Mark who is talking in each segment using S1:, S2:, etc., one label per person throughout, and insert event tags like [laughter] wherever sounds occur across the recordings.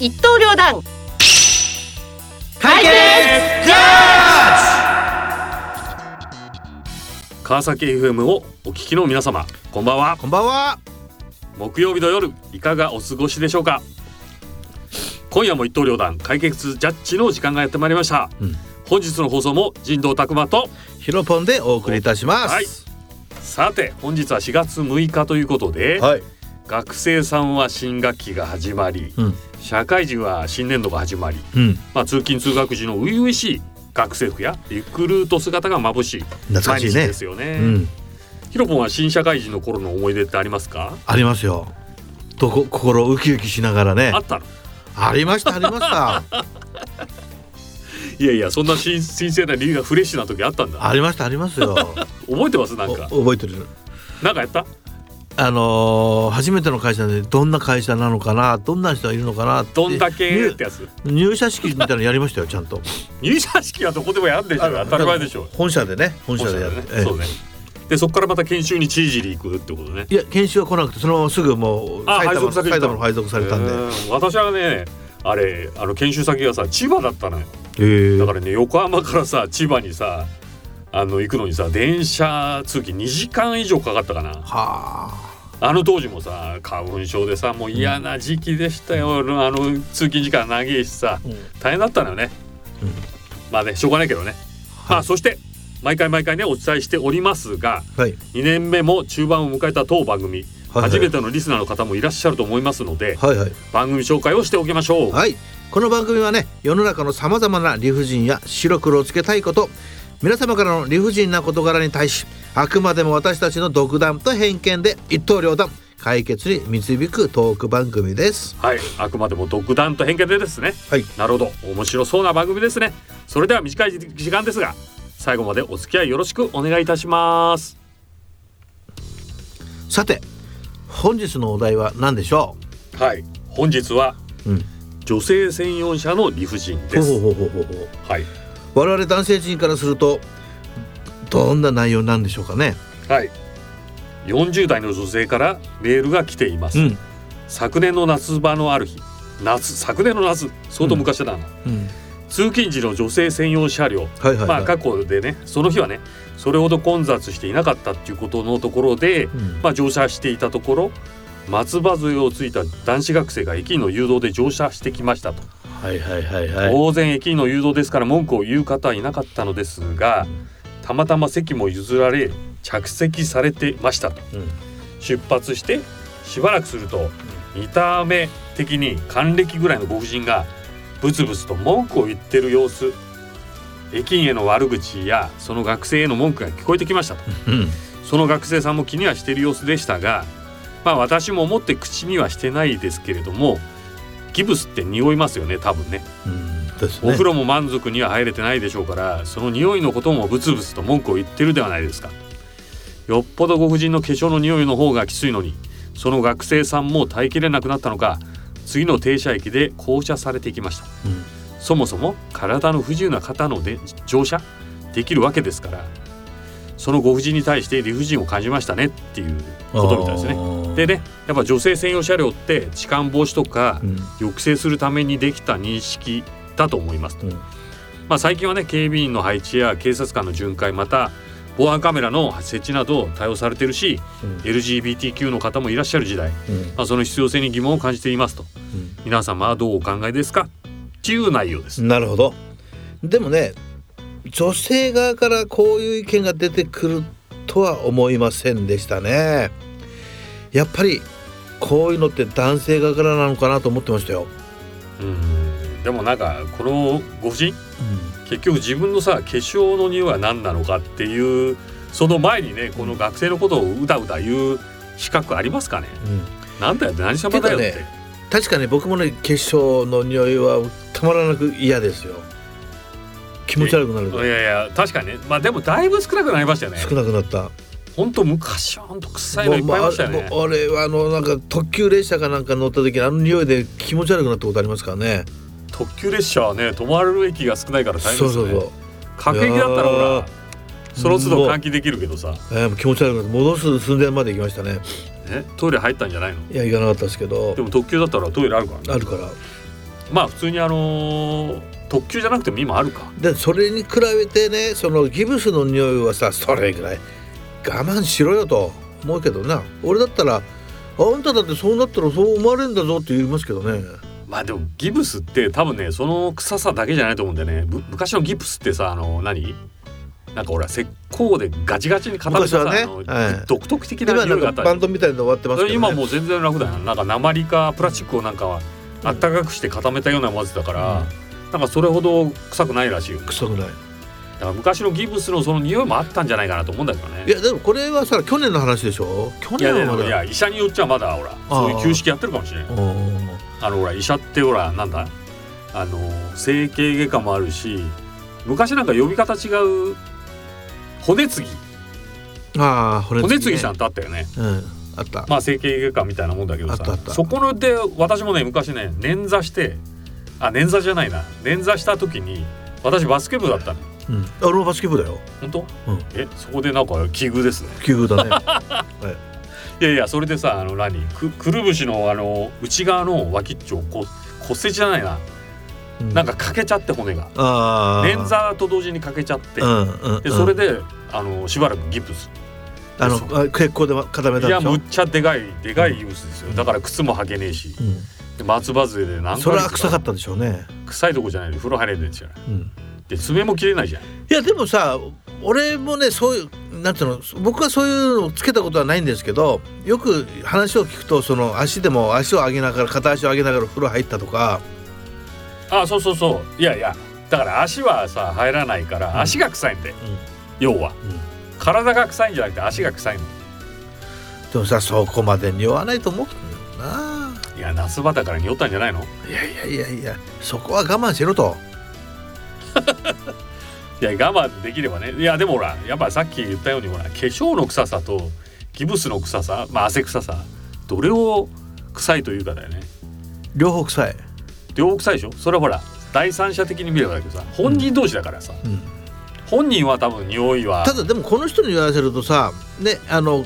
S1: 一刀両断
S2: 解決
S3: 川崎 FM をお聞きの皆様こんばんは
S2: こんばんは
S3: 木曜日の夜いかがお過ごしでしょうか今夜も一刀両断解決ジャッジの時間がやってまいりました、
S2: うん
S3: 本日の放送も人道拓馬と
S2: ヒロポンでお送りいたします
S3: さて本日は4月6日ということで、
S2: はい、
S3: 学生さんは新学期が始まり
S2: うん
S3: 社会人は新年度が始まり、
S2: うん
S3: まあ、通勤通学時の初々しい学生服やリクルート姿が眩しい
S2: 懐か
S3: 毎
S2: し
S3: 日
S2: いね
S3: ですよね
S2: うん
S3: ヒロポンは新社会人の頃の思い出ってありますか
S2: ありますよとこ心ウキウキしながらね
S3: あったの
S2: ありましたありました
S3: [laughs] いやいやそんな新新鮮な理由がフレッシュな時あったんだ
S2: ありましたありますよ
S3: 覚えてますな
S2: お
S3: んか
S2: 覚えてる
S3: なんかやった
S2: あのー初めての会社でどんな会社なのかなどんな人がいるのかなって
S3: どんだけっ
S2: 入
S3: てやつ
S2: 入社式みたいなのやりましたよちゃんと
S3: 入社式はどこでもやるでしょ当たり前でしょ
S2: 本社でね本社でやる
S3: 本社だねそうねでそこからまた研修に知事に行くってことね
S2: いや研修は来なくてそのまますぐもう
S3: あ
S2: 埼玉の
S3: 配属された
S2: 埼玉の配属されたんで
S3: えー私はねあれあの研修先がさ千葉だったのよ
S2: へえ
S3: だからね横浜からさ千葉にさあの行くのにさ電車通勤2時間以上かかったかな
S2: は
S3: あの当時もさ花粉症でさもう嫌な時期でしたよ、あの通勤時間長いしさ
S2: あ、
S3: 大変だったのよね、
S2: うん
S3: まあねしょうがないけどね、まあそして毎回毎回ねお伝えしておりますが
S2: はい
S3: 2年目も中盤を迎えた当番
S2: は
S3: 組、
S2: いはい
S3: 初めてのリスナーの方もいらっしゃると思いますので、
S2: はいはい
S3: 番組紹介をしておきましょう、
S2: はいこの番組はね世の中のさまざまな理不尽や白黒をつけたいこと皆様からの理不尽な事柄に対しあくまでも私たちの独断と偏見で一刀両断解決に導くトーク番組です
S3: はい、あくまでも独断と偏見でですね
S2: はい
S3: なるほど面白そうな番組ですねそれでは短い時間ですが最後までお付き合いよろしくお願いいたします
S2: さて本日のお題は何でしょ
S3: はい本日は
S2: う、うん、
S3: 女性専用車の理不尽
S2: ほ
S3: で
S2: う
S3: す
S2: ほうほうほうほう
S3: はい
S2: 我々男性陣からするとどんな内容なんでしょうかね
S3: はい40代の女性からメールが来ています、
S2: ん、
S3: 昨年の夏場のある日夏昨年の夏相当昔だな、
S2: うん、
S3: 通勤時の女性専用車両
S2: はいはい
S3: ま
S2: は
S3: あ
S2: い、
S3: 過去でねその日はねそれほど混雑していなかったっていうことのところで、
S2: うん
S3: まあ、乗車していたところ松葉杖をついた男子学生が駅員の誘導で乗車してきましたと、
S2: はいはいはいはい
S3: 当然駅員の誘導ですから文句を言う方はいなかったのですがたまたま席も譲られ着席されてましたと
S2: うん
S3: 出発してしばらくすると見た目的に還暦ぐらいのご婦人がブツブツと文句を言ってる様子駅員への悪口やその学生への文句が聞こえてきましたと
S2: うん
S3: その学生さんも気にはしている様子でしたがまあ私も思って口にはしてないですけれどもギブスって匂いますよね多分ね
S2: うんです
S3: お
S2: ね
S3: 風呂も満足には入れてないでしょうからその匂いのこともブツブツと文句を言ってるではないですかよっぽどご婦人の化粧の匂いの方がきついのにその学生さんも耐えきれなくなったのか次の停車駅で降車されていきました
S2: うん
S3: そもそも体の不自由な方ので乗車できるわけですからそのご婦人に対して理不尽を感じましたねっていうことみたいです
S2: あ
S3: ね
S2: ー
S3: でねやっぱ女性専用車両って痴漢防止とか
S2: うん
S3: 抑制するためにできた認識だと思います
S2: うん
S3: まあ、最近はね警備員の配置や警察官の巡回また防犯カメラの設置など対応されているし LGBTQ の方もいらっしゃる時代、
S2: うん
S3: まあ、その必要性に疑問を感じていますと皆様はどうお考えですかっていう内容です
S2: うんなるほどでもね女性側からこういう意見が出てくるとは思いませんでしたねやっぱりこういうのって男性側からなのかなと思ってましたよ、
S3: うんでもなんかこのご婦人結局自分のさ化粧の匂いは何なのかっていうその前にねこの学生のことをうだうだ言う資格ありますかね
S2: うん
S3: なんだよ何様だよって
S2: てか確かに僕もね化粧の匂いはたまらなく嫌ですよ気持ち悪くなる
S3: いやいや確かにねまあでもだいぶ少なくなりましたよね
S2: 少なくなった
S3: 本当昔は本当臭いの
S2: も
S3: いっ
S2: う
S3: ぱいあり
S2: まあ
S3: ましたよね。
S2: もう俺はあのなんか特急列車かなんか乗った時にあの匂いで気持ち悪くなったことありますからね
S3: 特急列車はね止まる駅が少ないから大変
S2: そう
S3: です
S2: そ
S3: よ
S2: う
S3: ね。
S2: そう
S3: 各駅だったら
S2: い
S3: ほ
S2: や
S3: ら
S2: ー
S3: その都度換気できるけどさ、
S2: えーもう気持ち悪くなって戻す寸前まで行きましたね
S3: ね、トイレ入ったんじゃないの
S2: いや行かなかったですけど
S3: でも特急だったらトイレあるからね
S2: あるから
S3: まあ普通にあのー特急じゃなくても今あるか
S2: でそれに比べてねそのギブスの匂いはさそれぐらい我慢しろよと思うけどな俺だったらあんただってそうなったらそう思われるんだぞって言いますけどね
S3: まあでもギブスって多分ねその臭さだけじゃないと思うんだよねぶ昔のギプスってさあの何なんかほら石膏でガチガチに固めたさ、
S2: 昔は
S3: あの
S2: ねはい
S3: 独特的な
S2: 今な
S3: 匂
S2: ん
S3: いがあ
S2: か
S3: った
S2: バンドみたいなの終わってますけど、ね、
S3: 今もう全然楽だよなんか鉛かプラスチックをなんかあったかくして固めたような混ぜだから、なんかそれほど臭くないらしいよだ
S2: 臭くない
S3: から昔のギブスのその匂いもあったんじゃないかなと思うんだけどね
S2: いやでもこれはさ去年の話でしょ去年
S3: で
S2: はま
S3: も
S2: だ
S3: いや医者によっちゃまだほらそういう旧式やってるかもしれない
S2: うん
S3: あのほら医者ってほらなんだあの整形外科もあるし昔なんか呼び方違う骨継ぎ
S2: ああ骨
S3: 骨継
S2: 継ぎ
S3: ぎ
S2: ね
S3: さんってあったよね
S2: うんあった
S3: まあ整形外科みたいなもんだけど
S2: あったあ
S3: さ
S2: った
S3: そこで私もね昔ね捻挫してあ捻挫じゃないな捻挫した時に私バスケ部だったの
S2: うん俺もバスケ部だよ
S3: 本当、
S2: うん
S3: えそこでなんか奇遇ですね
S2: 奇遇だね
S3: いやいやそれでさあの何くくるぶしのあの内側の脇っちょをこ骨折じゃないな
S2: う
S3: なんか欠けちゃって骨が
S2: ああ
S3: 捻挫と同時に欠けちゃって、
S2: うんうんうん
S3: でそれで、あのしばらくギプス
S2: あの
S3: そ
S2: あ血行で固めたん
S3: い
S2: で
S3: や
S2: しょ
S3: むっちゃでかいでかいギプスですよだから靴も履けねえし
S2: う
S3: で松葉杖で何
S2: ん、
S3: 回
S2: それは臭かったでしょうね、
S3: 臭いとこじゃないで風呂入れてるんじゃない
S2: うん、
S3: で爪も切れないじゃん
S2: いやでもさ俺もねそういうなんていうの僕はそういうのをつけたことはないんですけどよく話を聞くとその足でも足を上げながら片足を上げながら風呂入ったとか
S3: あそうそうそういやいやだから足はさ入らないから足が臭いんだよ、
S2: うん
S3: 要は、
S2: うん
S3: 体が臭いんじゃなくて足が臭いんだよ
S2: でもさそこまで匂わないと思うけどない
S3: や夏場だから匂ったんじゃないの
S2: いやいやいやいやそこは我慢しろと
S3: いや我慢できればねいやでもほらやっぱさっき言ったようにほら化粧の臭さとギブスの臭さまあ汗臭さどれを臭いというかだよね
S2: 両方臭い、
S3: 両方臭いでしょそれはほら第三者的に見ればだけどさ本人同士だからさ、
S2: うん、
S3: 本人は多分匂いは
S2: ただでもこの人に言わせるとさねあの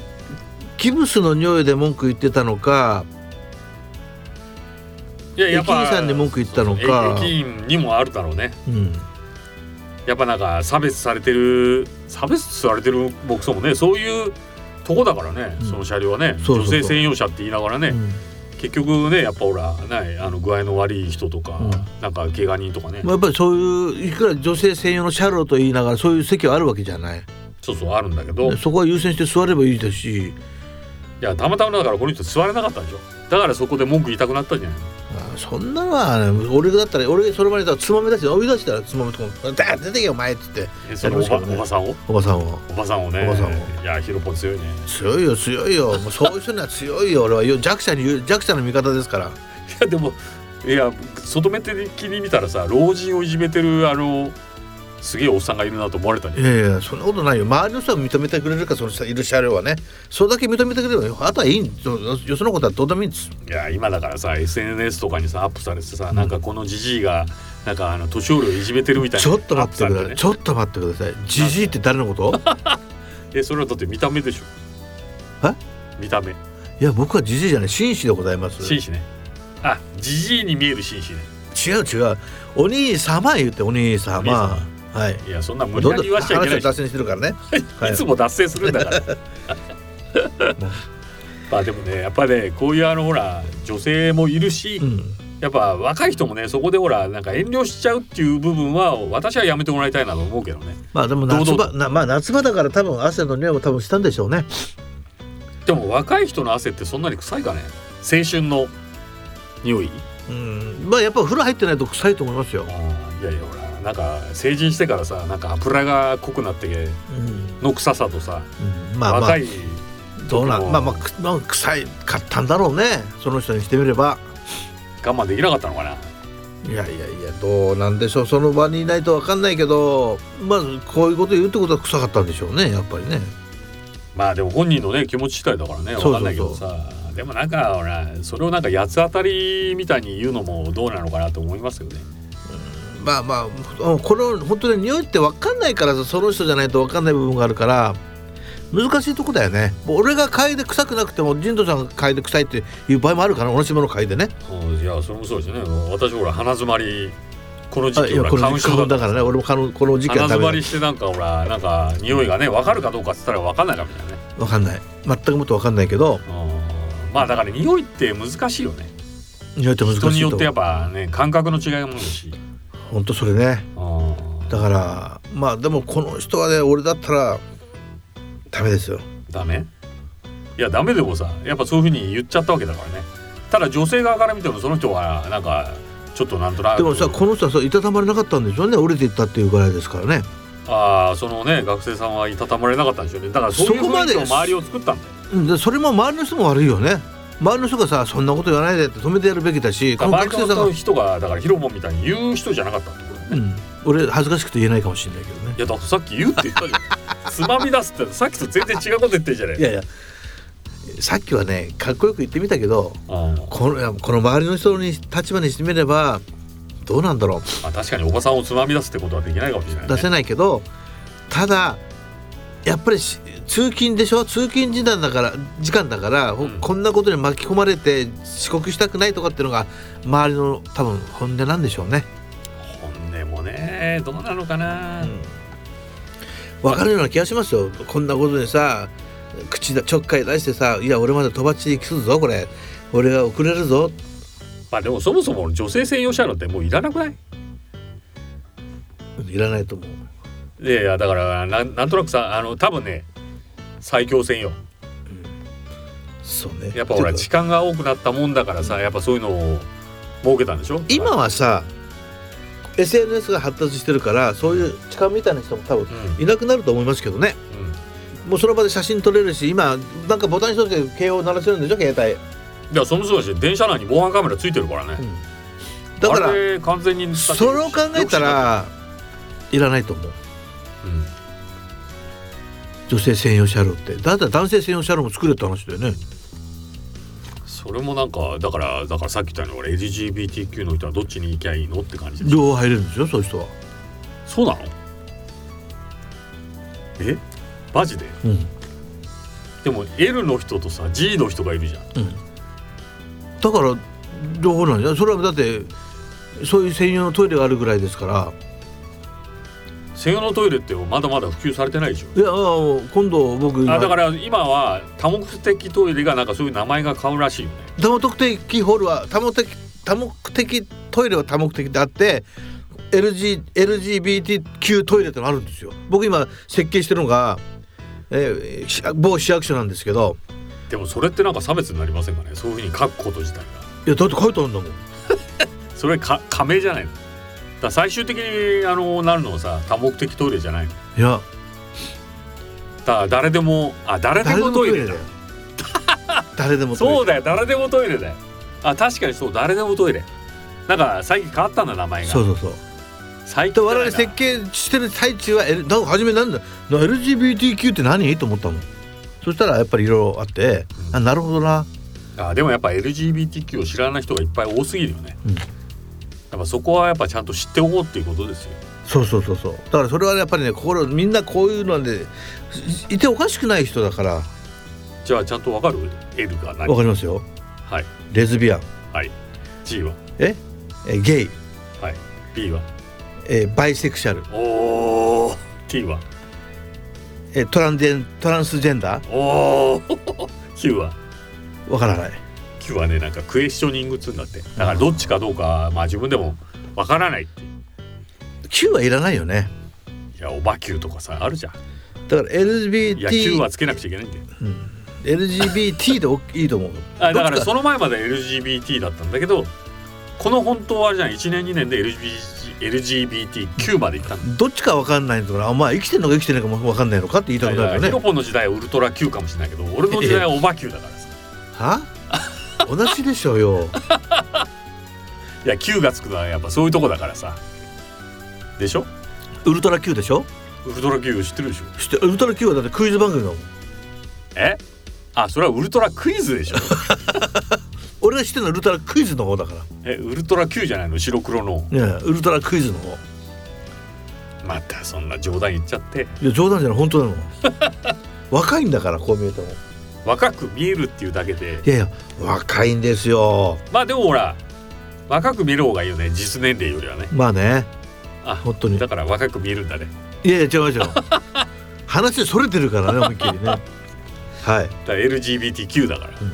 S2: ギブスの匂いで文句言ってたのか
S3: いや
S2: 駅員さんに文句言ったのか
S3: そうそう駅員にもあるだろうね
S2: うん
S3: やっぱなんか差別されてる差別されてる僕そもねそういうとこだからね、
S2: うん
S3: その車両は
S2: そ
S3: ね
S2: うそうそう
S3: 女性専用車って言いながらね、
S2: うん
S3: 結局ねやっぱほらないあの具合の悪い人とか、
S2: うん
S3: なんか怪我人とかね、
S2: まあ、やっぱりそういういくら女性専用のシャローと言いながらそういう席はあるわけじゃない
S3: そうそうあるんだけど、い
S2: そこは優先して座ればいいですし
S3: やたまたまだからこの人座れなかったんでしょだからそこで文句言いたくなったんじゃないの
S2: ああそんなのはね、俺だったら俺それまでだったらつまめ出して追い出したらつまめとこ「だ出てけよお前」っつって
S3: えそのおば,、
S2: やりましたけどね
S3: おばさんを
S2: おばさんを
S3: おばさんをね
S2: おばさん
S3: いやヒロポン強いね [laughs]
S2: 「強いよ強いよもうそういう人には強いよ俺はよ弱者に言う弱者の味方ですから
S3: いやでもいや外目的に見たらさ老人をいじめてるあのすげえおっさんがいるなと思われたんじゃない
S2: いやいやそんなことないよ周りの人は認めてくれるかその人いる車両はねそれだけ認めてくれればあとはいいんそよそのことはどうでもいいんです
S3: いや今だからさ SNS とかにさアップされてさ、
S2: ん
S3: なんかこのじじいがなんかあの年寄りをいじめてるみたいな
S2: ちょっと待って
S3: アップ
S2: くだ
S3: され
S2: さい
S3: ね
S2: ちょっと待ってくださいじじいって誰のこと
S3: えそれはだって見た目でしょ
S2: え
S3: 見た目
S2: いや僕はじじいじゃない紳士でございます
S3: 紳士ねあじじいに見える紳士ね
S2: 違う違うお兄様言ってお兄様
S3: お兄様
S2: はい
S3: いやそんな無理
S2: どん
S3: や
S2: ど
S3: り
S2: ん
S3: 言わしちゃ
S2: 話
S3: いけな
S2: を
S3: いし
S2: 脱線してるからねはい
S3: いつも脱線するんだか
S2: [laughs]
S3: ら [laughs] まあでもねやっぱねこういうあのほら女性もいるし、
S2: うん
S3: やっぱ若い人もねそこでほらなんか遠慮しちゃうっていう部分は私はやめてもらいたいなと思うけどね
S2: まあでも夏
S3: 堂
S2: 場
S3: 々
S2: なまあ夏場だから多分汗の匂いも多分したんでしょうね
S3: でも若い人の汗ってそんなに臭いかね青春の匂い
S2: うんまあやっぱ風呂入ってないと臭いと思いますよ
S3: あ、ーいやいやほらなんか成人してからさなんか油が濃くなって
S2: うん
S3: の臭さとさ、
S2: うんまあまあ
S3: 若い
S2: どうな
S3: もう
S2: まあまあくまあ臭いかったんだろうねその人にしてみれば
S3: 我慢できなかったのかない
S2: やいやいやどうなんでしょうその場にいないとわかんないけどまずこういうこと言うってことは臭かったんでしょうねやっぱりね
S3: まあでも本人のね気持ち次第だからねわ
S2: そうそうそう
S3: かんないけどさでもなんかほらそれをなんか八つ当たりみたいに言うのもどうなのかなと思いますよね
S2: まあまあうんこれを本当に匂いって分かんないからさその人じゃないと分かんない部分があるから難しいとこだよねもう俺が嗅いで臭くなくても神道ちゃんが嗅いで臭いっていう場合もあるから同じもの嗅いでね
S3: うんいやそれもそうですよね私ほら鼻詰まりこの時
S2: あ
S3: 期
S2: いや
S3: ほ
S2: こ
S3: ら
S2: の
S3: 花
S2: 時期
S3: 粉
S2: 花
S3: 症
S2: 粉
S3: だ
S2: だからね俺も花粉この時期
S3: 鼻
S2: はダ
S3: 詰
S2: メ
S3: ま
S2: だ
S3: りしてなんかほらなんか匂いがね分かるかどうかっつったら分かんないかみたいなね
S2: わかんない全くもっとわかんないけど
S3: うんまあだから匂いって難しいよね
S2: 匂いって難しいと
S3: 人によってやっぱね感覚の違いもあるし
S2: 本当それね
S3: うん
S2: だからまあでもこの人はね俺だったらダメですよ
S3: ダメいやダメでもさやっぱそういうふうに言っちゃったわけだからねただ女性側から見てもその人はなんかちょっとなんとなく
S2: でもさこの人はさいたたまれなかったんでしょうね折れていったっていうぐらいですからね
S3: ああそのね学生さんはいたたまれなかったんでしょうねだからそういう
S2: そこま
S3: 雰囲
S2: で
S3: 気の周りを作ったんだよ
S2: うんでそれも周りの人も悪いよね周りの人がさそんなこと言わないでって止めてやるべきだしこの
S3: バイ
S2: 学
S3: ト
S2: 生さん
S3: の
S2: が、
S3: 人がだからヒロポンみたいに言う人じゃなかったってことだ
S2: う
S3: ね
S2: ん、俺恥ずかしくて言えないかもしれないけどね
S3: いやだってさっき言うって言ったじゃんつまみ出すってさっきと全然違うこと言ってるじゃない
S2: いやいやさっきはねかっこよく言ってみたけど
S3: うん
S2: このいやこの周りの人に立場にしてみればどうなんだろう
S3: まあ、確かにおばさんをつまみ出すってことはできないかもしれない、ね、
S2: 出せないけどただやっぱりし通勤でしょ通勤時間だから時間だから、ほ
S3: うん
S2: こんなことに巻き込まれて遅刻したくないとかっていうのが周りの多分本音なんでしょうね。
S3: 本音もねどうなのかな、
S2: わ、かるような気がしますよこんなことでさ口だちょっかい出してさ「いや俺までとばっちりきすぞこれ俺が遅れるぞ
S3: まあでもそもそも女性専用車両ってもういらなくない」
S2: いらないと思う。
S3: いやいやだからなんなんとなくさあの多分ね最強専用
S2: そうね
S3: やっぱほら
S2: て
S3: 時
S2: か
S3: 間が多くなったもんだからさやっぱそういうのを設けたんでしょ
S2: 今はさ SNS が発達してるからそういう痴漢みたいな人も多分
S3: うん、
S2: いなくなると思いますけどね
S3: うん
S2: もうその場で写真撮れるし今なんかボタン一つで警報鳴らせるんでしょ携帯、
S3: いやそもそもだし電車内に防犯カメラついてるからね、
S2: だか
S3: あ
S2: ら
S3: れ完全に
S2: それを考えた、らいらないと思う
S3: うん
S2: 女性専用車両ってだったら男性専用車両も作れって話だよね
S3: それもなんかだからだからさっき言ったように俺 LGBTQ の人はどっちに行きゃいいのって感じで
S2: 両方入れるんですよそういう人は、
S3: そうなのえマジで
S2: うん
S3: でも L の人とさ G の人がいるじゃん
S2: だから両方なんじゃないそれはだってそういう専用のトイレがあるぐらいですから
S3: 専用のトイレってまだまだ普及されてないでしょ
S2: いやあの今度僕今
S3: あだから今は多目的トイレがなんかそういう名前が変わるらしいよね
S2: 多目的ホールは多目的多目的トイレは多目的であって LG LGBTQ トイレってのあるんですよ僕今設計してるのが、えー市某市役所なんですけど
S3: でもそれってなんか差別になりませんかねそういうふうに書くこと自体が
S2: いやだって書いてあるんだもん
S3: それか加盟じゃないのだから最終的にあのなるのはさ多目的トイレじゃないの
S2: いや
S3: だから誰でもあ誰で
S2: 誰で
S3: も
S2: も
S3: ト
S2: ト
S3: イ
S2: イ
S3: レ
S2: レ
S3: だ
S2: だよ誰でもトイレ
S3: [laughs] そうだよ誰でもトイレだよあ確かにそう誰でもトイレなんか最近変わったんだ名前が
S2: そうそうそう
S3: 最
S2: で
S3: 近
S2: 我
S3: じゃな
S2: 々
S3: いな
S2: 設計してる最中は、L、なんか初めなんだな LGBTQ って何と思ったもんそしたらやっぱりいろいろあって、
S3: うん
S2: あなるほどな
S3: あでもやっぱ LGBTQ を知らない人がいっぱい多すぎるよね、
S2: うん
S3: やっぱそこはやっぱちゃんと知っておこうっていうことですよ
S2: そうそうそうそうだからそれはやっぱりね心みんなこういうのでいいておかしくない人だからわ
S3: じゃあちゃんとわかる L が何
S2: かりますよ
S3: はい
S2: レズビアン
S3: G は
S2: えーゲイ
S3: B は
S2: えーバイセクシャル
S3: おー T は
S2: えートランデントランスジェンダー
S3: おー [laughs] Q は
S2: わからない
S3: Q はねなんかクエスチョニングっつうんだってだからどっちかどうかまあ自分でもわからないっていう
S2: Q はいらないよね
S3: いやおば Q とかさあるじゃん
S2: だから
S3: いや Q
S2: LGBT
S3: はつけなくちゃいけないんだよ
S2: LGBT でおいいと思う
S3: あだから
S2: どっち
S3: その前まで LGBT だったんだけどこの本当はあれじゃん1年2年で LGBT LGBTQ までいったんだ
S2: どっちかわかんないとかあお前生きてんのか生きてないのかもわかんないのかって言いたくなるよ
S3: ヒロ
S2: ね
S3: ポンの時代はウルトラ Q かもしれないけど俺の時代はオバ Q だからさ
S2: は同じでしょう
S3: [laughs]
S2: よ
S3: いや Q がつくのはやっぱそういうとこだからさでしょ
S2: ウルトラ Q でしょ
S3: ウルトラ Q 知ってるでしょ
S2: 知ってウルトラ Q はだってクイズ番組だもん
S3: えあそれはウルトラクイズでし
S2: [laughs]
S3: ょ
S2: 俺が知ってるのはウルトラクイズの方だから
S3: えウルトラ Q じゃないの白黒の
S2: ねえウルトラクイズの方
S3: またそんな冗談言っちゃって [laughs]
S2: いや冗談じゃない本当なの若いんだからこう見えても
S3: 若く見えるっていうだけで
S2: いやいや若いんですよ
S3: まあでもほら若く見える方がいいよね実年齢よりはね
S2: まあね
S3: あ
S2: 本当に
S3: だから若く見えるんだね
S2: いやいや違う [laughs] 違う話それてるからね思いっきりねはい
S3: だから LGBTQ だから、
S2: うん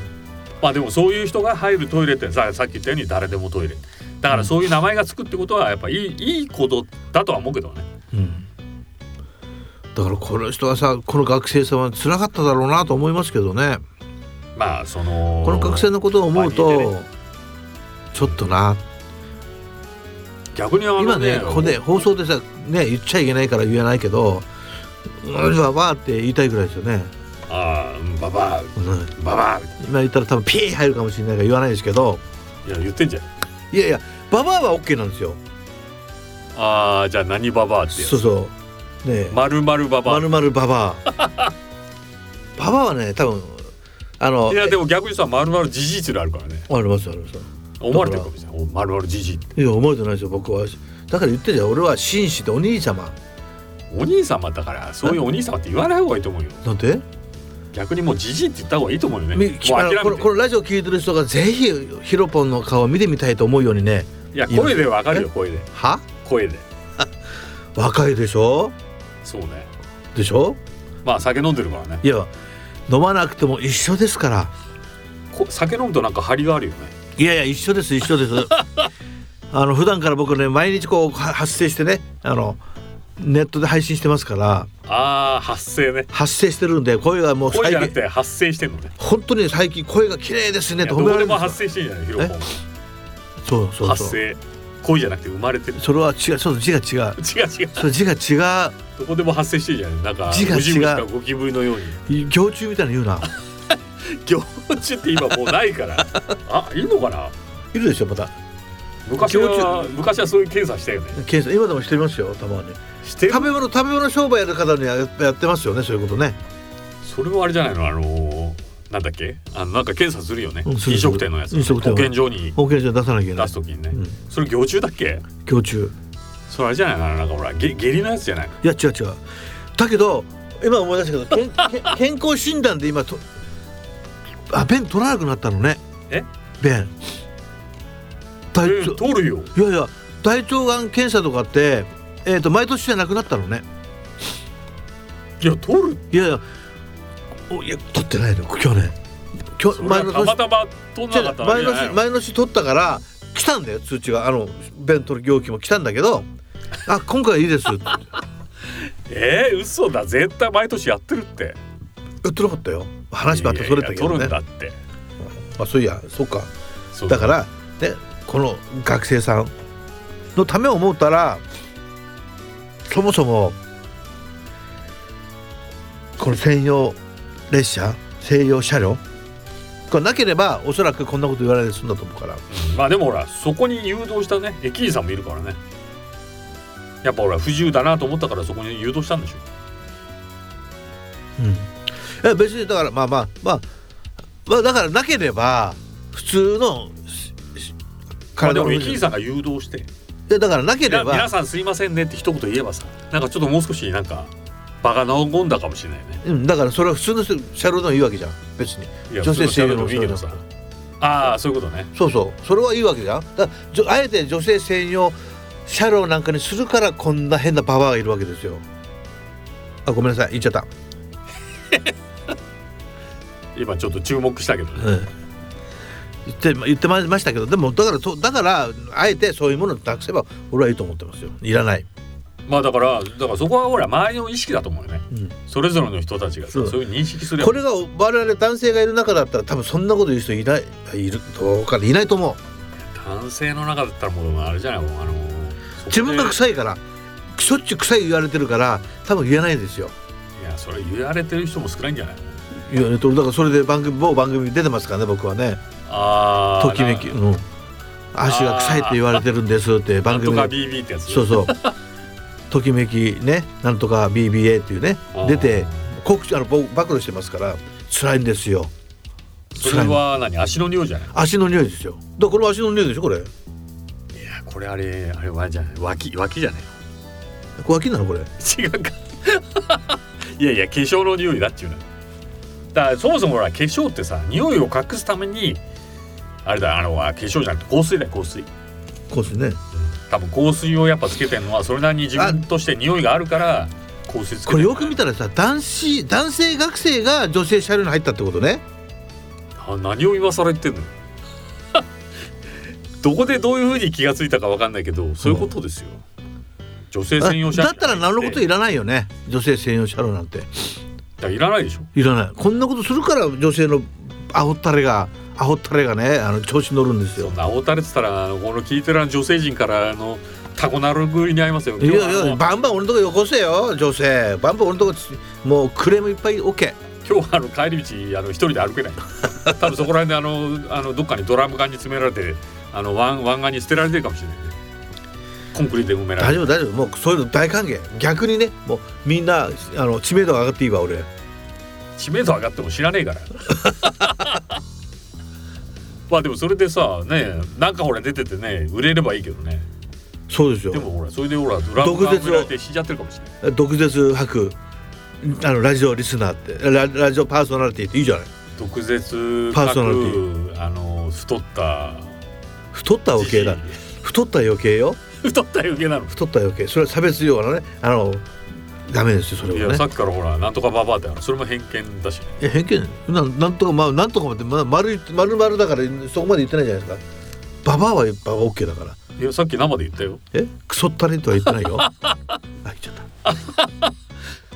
S3: まあでもそういう人が入るトイレってささっき言ったように誰でもトイレだからそういう名前がつくってことはやっぱいいいいことだとは思うけどね
S2: うんだからこの人はさこの学生さんは辛かっただろうなと思いますけどね
S3: まあその
S2: この学生のことを思う
S3: まあ似て
S2: とちょっとな
S3: 逆にあの、ね、
S2: 今ねここで放送でさね言っちゃいけないから言えないけど「うんババア」って言いたいぐらいですよね、
S3: ああうんババア
S2: うん、
S3: ババアみ
S2: 今言ったら多分ピー入るかもしれないから言わないですけど
S3: たいないや言ってんじゃん
S2: いやいやババアは OK なんですよ
S3: ああじゃあ何ババアってや
S2: そう
S3: つ
S2: そうねえ
S3: まるまるババ
S2: まるまるババ
S3: [laughs]
S2: アババアはね多分あの
S3: アいやでも逆にさまるまるじじいっていうのあるからね
S2: ありますあります
S3: 思われてるかもしれないおまるまるじじいって
S2: いや覚えてないですよ僕はだから言ってんじゃん俺は紳士でお兄様
S3: お兄様だからそういうお兄様って言わない方がいいと思うよ
S2: なんて
S3: 逆にもうじじいって言った方がいいと思うよねも
S2: み
S3: う
S2: あ
S3: 諦
S2: のこ
S3: め
S2: のこの
S3: て
S2: ラジオ聞いてる人がぜひヒロポンの顔を見てみたいと思うようにね
S3: いや声でわかるよ声で
S2: は
S3: 声で
S2: 若いでしょ
S3: そうね
S2: でしょ
S3: まあ酒飲んでるからね
S2: いや飲まなくても一緒ですから
S3: こ酒飲むとなんか張りがあるよね
S2: いやいや一緒です一緒です
S3: [laughs]
S2: あの普段から僕ね毎日こうは発生してねあのネットで配信してますから
S3: ああ発声ね
S2: 発生してるんで声がもう
S3: 声
S2: 最
S3: じゃな
S2: 近
S3: くて発声してんのね
S2: 本当に最近声が綺麗ですね
S3: いや
S2: と
S3: ど
S2: 褒めら
S3: こ
S2: れる
S3: でも
S2: んです
S3: 発声してんじゃないヒロポン
S2: そうそう
S3: 発
S2: そう
S3: 声恋じゃなくて生まれてる
S2: それは違うちょっと字が違う
S3: 違う違う
S2: それ字が違う
S3: どこでも発生してるじゃないなんか
S2: 字が違う
S3: ムシムシかゴキブリ
S2: [laughs]
S3: のように
S2: 行虫みたいなの言うな
S3: 行虫って今もうないからあいいのか [laughs] ない
S2: るでしょまた
S3: 昔は昔はそういう検査したよね
S2: 検査今でもしてますよたまに
S3: してる
S2: 食べ物食べ物商売やる方にはややってますよねそういうことね
S3: それはあれじゃないのあのーなんだっけあのなんか検査するよね、
S2: うんする
S3: 飲食店のやつ
S2: 飲食店は
S3: 保健所に
S2: 保険証出さなきゃいけな
S3: 出
S2: い
S3: す時にね、
S2: うん
S3: それ行虫だっけ
S2: 行虫
S3: それあれじゃないのなんかほら下下痢のやつじゃないの
S2: いや違う違うだけど今思い出したけどけんけ健康診断で今とあ便取らなくなったのね
S3: え
S2: 便体
S3: え
S2: 調
S3: 取るよ
S2: いやいや大腸がん検査とかって、えー、と毎年じゃなくなったのね
S3: いや取る
S2: いやいやおいや取ってないの去年去
S3: それはたまたま取んなかったわけ
S2: 前
S3: じ
S2: の
S3: ゃない
S2: 年
S3: の
S2: 前の年取ったから来たんだよ通知があの弁当の容器も来たんだけど「あ今回いいです」 [laughs] ってや
S3: えー、嘘だ絶対毎年やってるって
S2: ってなかったよ話もあってそれたけ
S3: いやい
S2: ど
S3: や取る
S2: ね
S3: んだって
S2: あそういやそうか
S3: そう
S2: だから、ね、この学生さんのためを思ったらそもそもこの専用列車専用車両これなければおそらくこんなこと言われるんだと思うから
S3: まあでもほらそこに誘導したね駅員さんもいるからねやっぱほら不自由だなと思ったからそこに誘導したんでしょ
S2: うん、え別にだからまあまあまあ、まあ、だからなければ普通のしし
S3: まあでも
S2: の
S3: 駅員さんが誘導して
S2: えだからなけ
S3: いや
S2: れ
S3: 皆
S2: ば、
S3: さんすいませんねって一言言えばさなんかちょっともう少しなんか場が和んだかもしれないね
S2: うん、だからそれは普通の人車両でもいいわけじゃん別に
S3: いや
S2: 女性専用
S3: 普通の車両でもいいけどさああそういうことね
S2: そうそうそれはいいわけじゃんだじょあえて女性専用車両なんかにするからこんな変なババアがいるわけですよあごめんなさい言っちゃった、
S3: 今ちょっと注目したけどね、
S2: うん、言って言ってましたけどでもだからとだからあえてそういうものをなくせば俺はいいと思ってますよいらない、
S3: まあだからだからそこはほら周りの意識だと思うよね
S2: うん
S3: それぞれの人たちがさ
S2: そう
S3: そういう認識すれば
S2: これが我々男性がいる中だったら多分そんなこと言う人いないいるどうかないないと思う
S3: 男性の中だったらもうあれじゃないもうあの
S2: 自分が
S3: そこ
S2: 臭いからしょっちゅう臭い言われてるから多分言えないですよ
S3: でいやそれ言われてる人も少ないんじゃない
S2: いやえっとだからそれで番組某番組に出てますからね僕はね
S3: ああ
S2: ときめきうん足が臭いって言われてるんですって
S3: な
S2: 番
S3: んと
S2: 組
S3: か
S2: で
S3: BB ってやつ
S2: そうそうときめきねなんとか BBA っていうね
S3: あー
S2: 出て告知あのぼ暴露してますから辛いんですよ
S3: それは何足の匂いじゃない
S2: 足の匂いですよだからこれ足の匂いでしょこれ
S3: いやこれあれあれはじゃない脇脇じゃない
S2: これ脇なのこれ
S3: 違うか [laughs] いやいや化粧の匂いだっていうのだからそもそもほら化粧ってさ匂いを隠すためにあれだあのあ化粧じゃなくて香水だよ香水
S2: こうですね
S3: 多分香水をやっぱつけてるのはそれなりに自分として匂いがあるから香水つけて
S2: これよく見
S3: た
S2: たらさ男子男性学生が女性車両に入ったってことね
S3: 何を今更言ってんの [laughs] どこでどういうふうに気がついたかわかんないけどそういうことですよ、女性
S2: あ
S3: 専用車
S2: だったら何のこといらないよね女性専用車両なんて
S3: だからいらないでしょ
S2: いらないこんなことするから女性のアホったれがアホったれがねあの調子乗るんです
S3: そ
S2: よ
S3: んなおたれてたらあのこの聞いてるあの女性陣からあのタコなるぐりに合いますよ
S2: いや
S3: 今
S2: い
S3: 日
S2: や
S3: は
S2: バンバン俺のとこよこせよ女性バンバン俺のとこつもうクレームいっぱい OK
S3: 今日はあの帰り道あの一人で歩けない多分そこら辺であのあのどっかにドラム缶に詰められてあの湾湾岸に捨てられてるかもしれないねコンクリートで埋めら
S2: 大
S3: れて
S2: 丈夫大丈夫もうそういうの大歓迎逆にねもうみんなあの知名度が上がっていいわ俺
S3: 知名度上がっても知らね
S2: [laughs]
S3: えからまあでもそれでさねなんかほら出ててね売れればいいけどね
S2: そうですよ
S3: でもほらそれでほらドラム
S2: 毒
S3: 缶
S2: 舌を
S3: 埋められて死んじゃってるかもしれない
S2: 毒舌吐くあのラジオリスナーってララジオパーソナリティっていいじゃない
S3: 毒舌
S2: パーソナリテ
S3: 各あの太った
S2: 太った余計だ
S3: じじい
S2: 太った余計よ
S3: [laughs] 太った余計なの、
S2: 太った余計それは差別用のねあのダメですよそ
S3: い
S2: れは
S3: や
S2: ね
S3: さっきからほらなんとかババアってあるそれも偏見だしね
S2: え偏見なんなんとかまあなんとかまでまあ丸い丸々だからそこまで言ってないじゃないですかババアはババオッケーだから
S3: いやさっき生で言ったよ
S2: えクソったれとは言って
S3: [laughs]
S2: ないよあ言っちゃった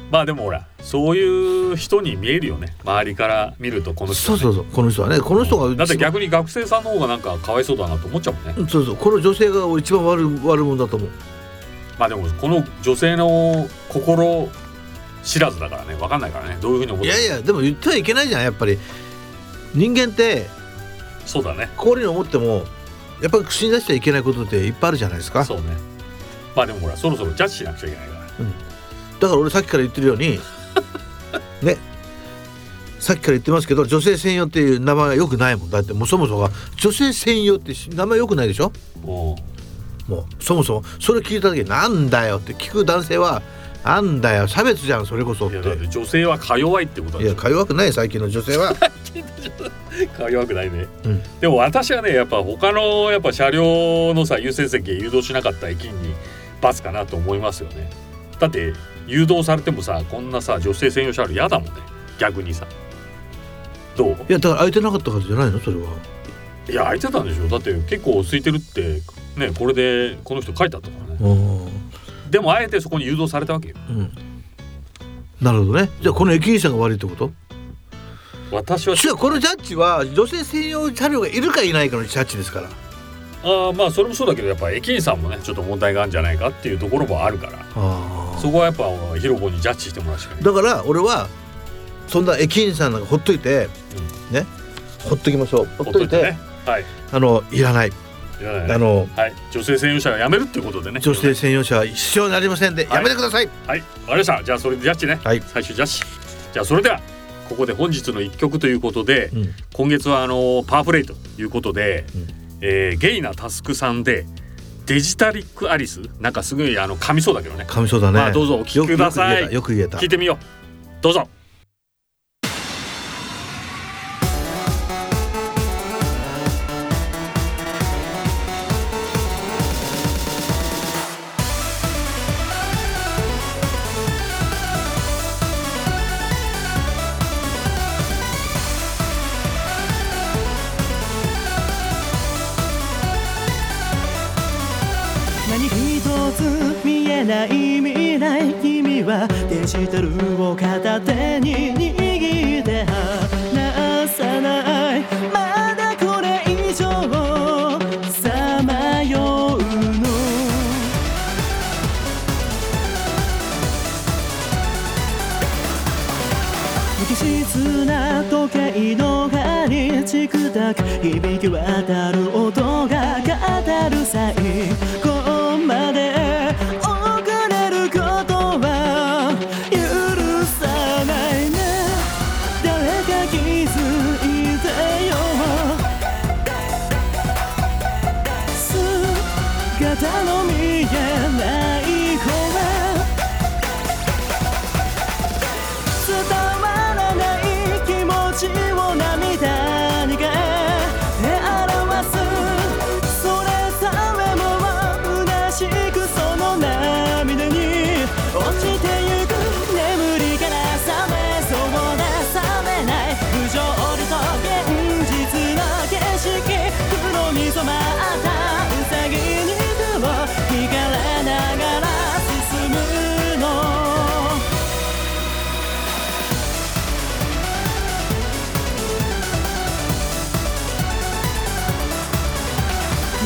S3: まあでもほらそういう人に見えるよね周りから見るとこの
S2: そう
S3: 人はね、
S2: そうそうこの人はねこの人が
S3: だって逆に学生さんの方がなんかかわいそうだなと思っちゃうもんね
S2: そうそうこの女性が一番悪い悪者だと思う
S3: まあでもこの女性の心知らずだからね分かんないからねどういうふうに思っ
S2: い
S3: てる
S2: やいやでも言ってはいけないじゃんやっぱり人間って
S3: そうだね
S2: こういうの思ってもやっぱり口に出しちゃいけないことっていっぱいあるじゃないですか
S3: そうねまあでもほらそろそろジャッジしなくちゃいけないから
S2: だから俺さっきから言ってるよう [laughs] にねさっきから言ってますけど女性専用っていう名前はよくないもんだってもうそもそもが女性専用って名前よくないでしょ
S3: も
S2: もうそもそもそれ聞いた時になんだよって聞く男性はなんだよ差別じゃんそれこそっ
S3: うい
S2: て
S3: やだって女性はか弱いってことだ
S2: いやか弱くない最近の女性 [laughs] は
S3: か弱くないね、
S2: うん
S3: でも私はねやっぱ他のやっぱ車両のさ優先席へ誘導しなかった駅にバスかなと思いますよねだって誘導されてもさこんなさ女性専用車両嫌だもんね逆にさどう
S2: いやだから空いてなかったからじゃないのそれはい
S3: や空いてたんでしょだって結構空いてるってねこれでこの人書いてあったからね
S2: うん
S3: でもあえてそこに誘導されたわけよ
S2: うんなるほどねじゃあこの駅員さんが悪いってこと
S3: 私は
S2: 違うこのジャッジは女性専用車両がいるかいないかのジャッジですから
S3: ああまあそれもそうだけどやっぱ駅員さんもねちょっと問題があるんじゃないかっていうところもあるからそこはやっぱヒロコにジャッジしてもらうしかない
S2: だから俺はそんな駅員さんなんかほっといて、ねほっときましょうほっといて
S3: ねはい
S2: あのいらない、
S3: いらないね
S2: あの
S3: はい、女性専用車をやめるっていうことでね。
S2: 女性専用車は必要になりませんで、
S3: はい
S2: やめてください
S3: はい、わかりました。じゃあそれでジャッジね。
S2: はい
S3: 最終ジャッジ。じゃあそれではここで本日の一曲ということで、
S2: うん
S3: 今月はあのパワープレイということで、
S2: うん
S3: えーゲイなタスクさんでデジタリックアリスなんかすごいあの噛みそうだけどね。
S2: 噛みそうだね、
S3: まあどうぞお聞きください
S2: よくよく言えた
S3: 聞い
S2: よく言え
S3: てみよう。どうぞ。
S1: 何一つ見えない見えない君はデジタルを片手に握って離さないまだこれ以上さまようの無機質な時計の針チクタク響き渡る音が語る最高まで遅れることは許さないね誰か気づいてよ姿の見えない声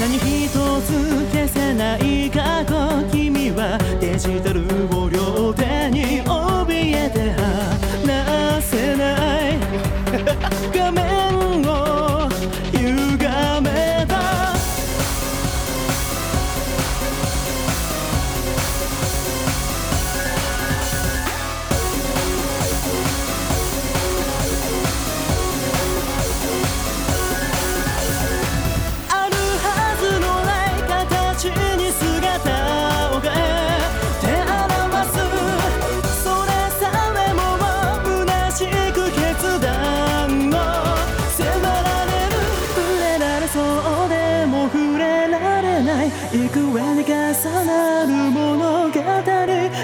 S1: つ消せない過去君はデジタルを両手に怯えて離せない画面を歪めたあるはずのない形に姿を変え手表すそれさえも虚しく決断を迫られる触れられそうでも触れられない幾重に重なる物語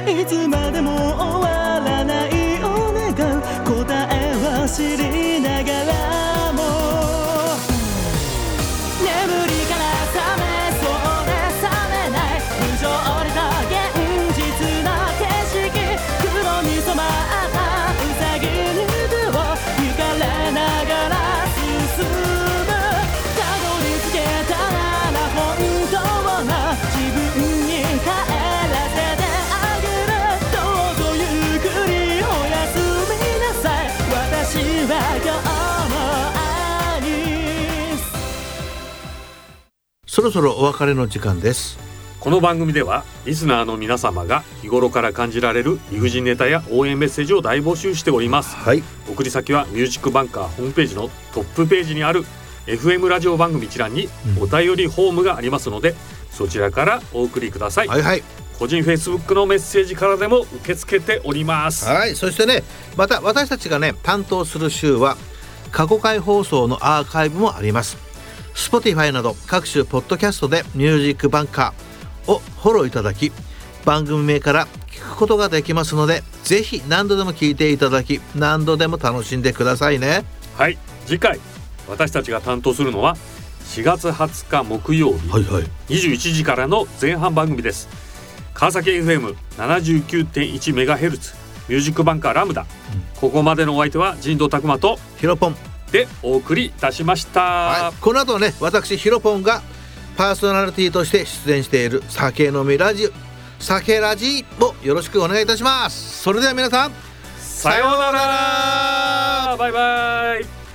S1: いつまでも終わらないを願う答えは知りながらも眠りから覚めそうで覚めない無情でと現実な景色黒に染まったうさぎに手を引かれながら進むたどり着けたなら本当の自分に帰らせてあげるどうぞゆっくりおやすみなさい私は今日もアリス
S2: そろそろお別れの時間です
S3: この番組ではリスナーの皆様が日頃から感じられる理不尽ネタや応援メッセージを大募集しております
S2: はい
S3: 送り先はミュージックバンカーホームページのトップページにある FM ラジオ番組一覧にお便りフォームがありますので、そちらからお送りください、
S2: はいはい
S3: 個人 Facebook のメッセージからでも受け付けております
S2: はいそしてねまた私たちがね担当する週は過去回放送のアーカイブもあります Spotify など各種ポッドキャストで「ミュージックバンカー」をフォローいただき番組名から聞くことができますのでぜひ何度でも聞いていただき何度でも楽しんでくださいね
S3: はい次回私たちが担当するのは4月20日木曜日
S2: はいはい
S3: 21時からの前半番組です川崎 FM79.1 メガヘルツミュージックバンカーラムダ、ここまでのお相手は神道拓磨と
S2: ヒロポン、
S3: でお送りいたしました、
S2: はい、この後はね私ヒロポンがパーソナリティとして出演している「酒飲みラジオ」「酒ラジ」をよろしくお願いいたしますそれでは皆さん
S3: さようならバイバイ